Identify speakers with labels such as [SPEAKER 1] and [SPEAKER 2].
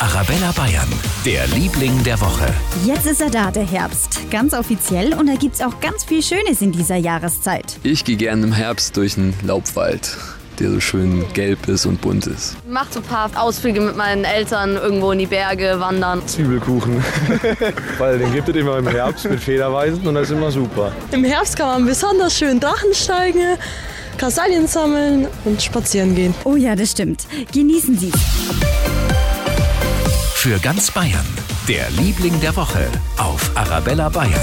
[SPEAKER 1] Arabella Bayern, der Liebling der Woche.
[SPEAKER 2] Jetzt ist er da, der Herbst. Ganz offiziell und da gibt's auch ganz viel Schönes in dieser Jahreszeit.
[SPEAKER 3] Ich gehe gerne im Herbst durch einen Laubwald, der so schön gelb ist und bunt ist.
[SPEAKER 4] Mach so ein paar Ausflüge mit meinen Eltern irgendwo in die Berge, wandern.
[SPEAKER 5] Zwiebelkuchen. Weil den gibt es immer im Herbst mit Federweisen und das ist immer super.
[SPEAKER 6] Im Herbst kann man besonders schön Drachen steigen, Kastanien sammeln und spazieren gehen.
[SPEAKER 2] Oh ja, das stimmt. Genießen Sie.
[SPEAKER 1] Für ganz Bayern, der Liebling der Woche auf Arabella Bayern.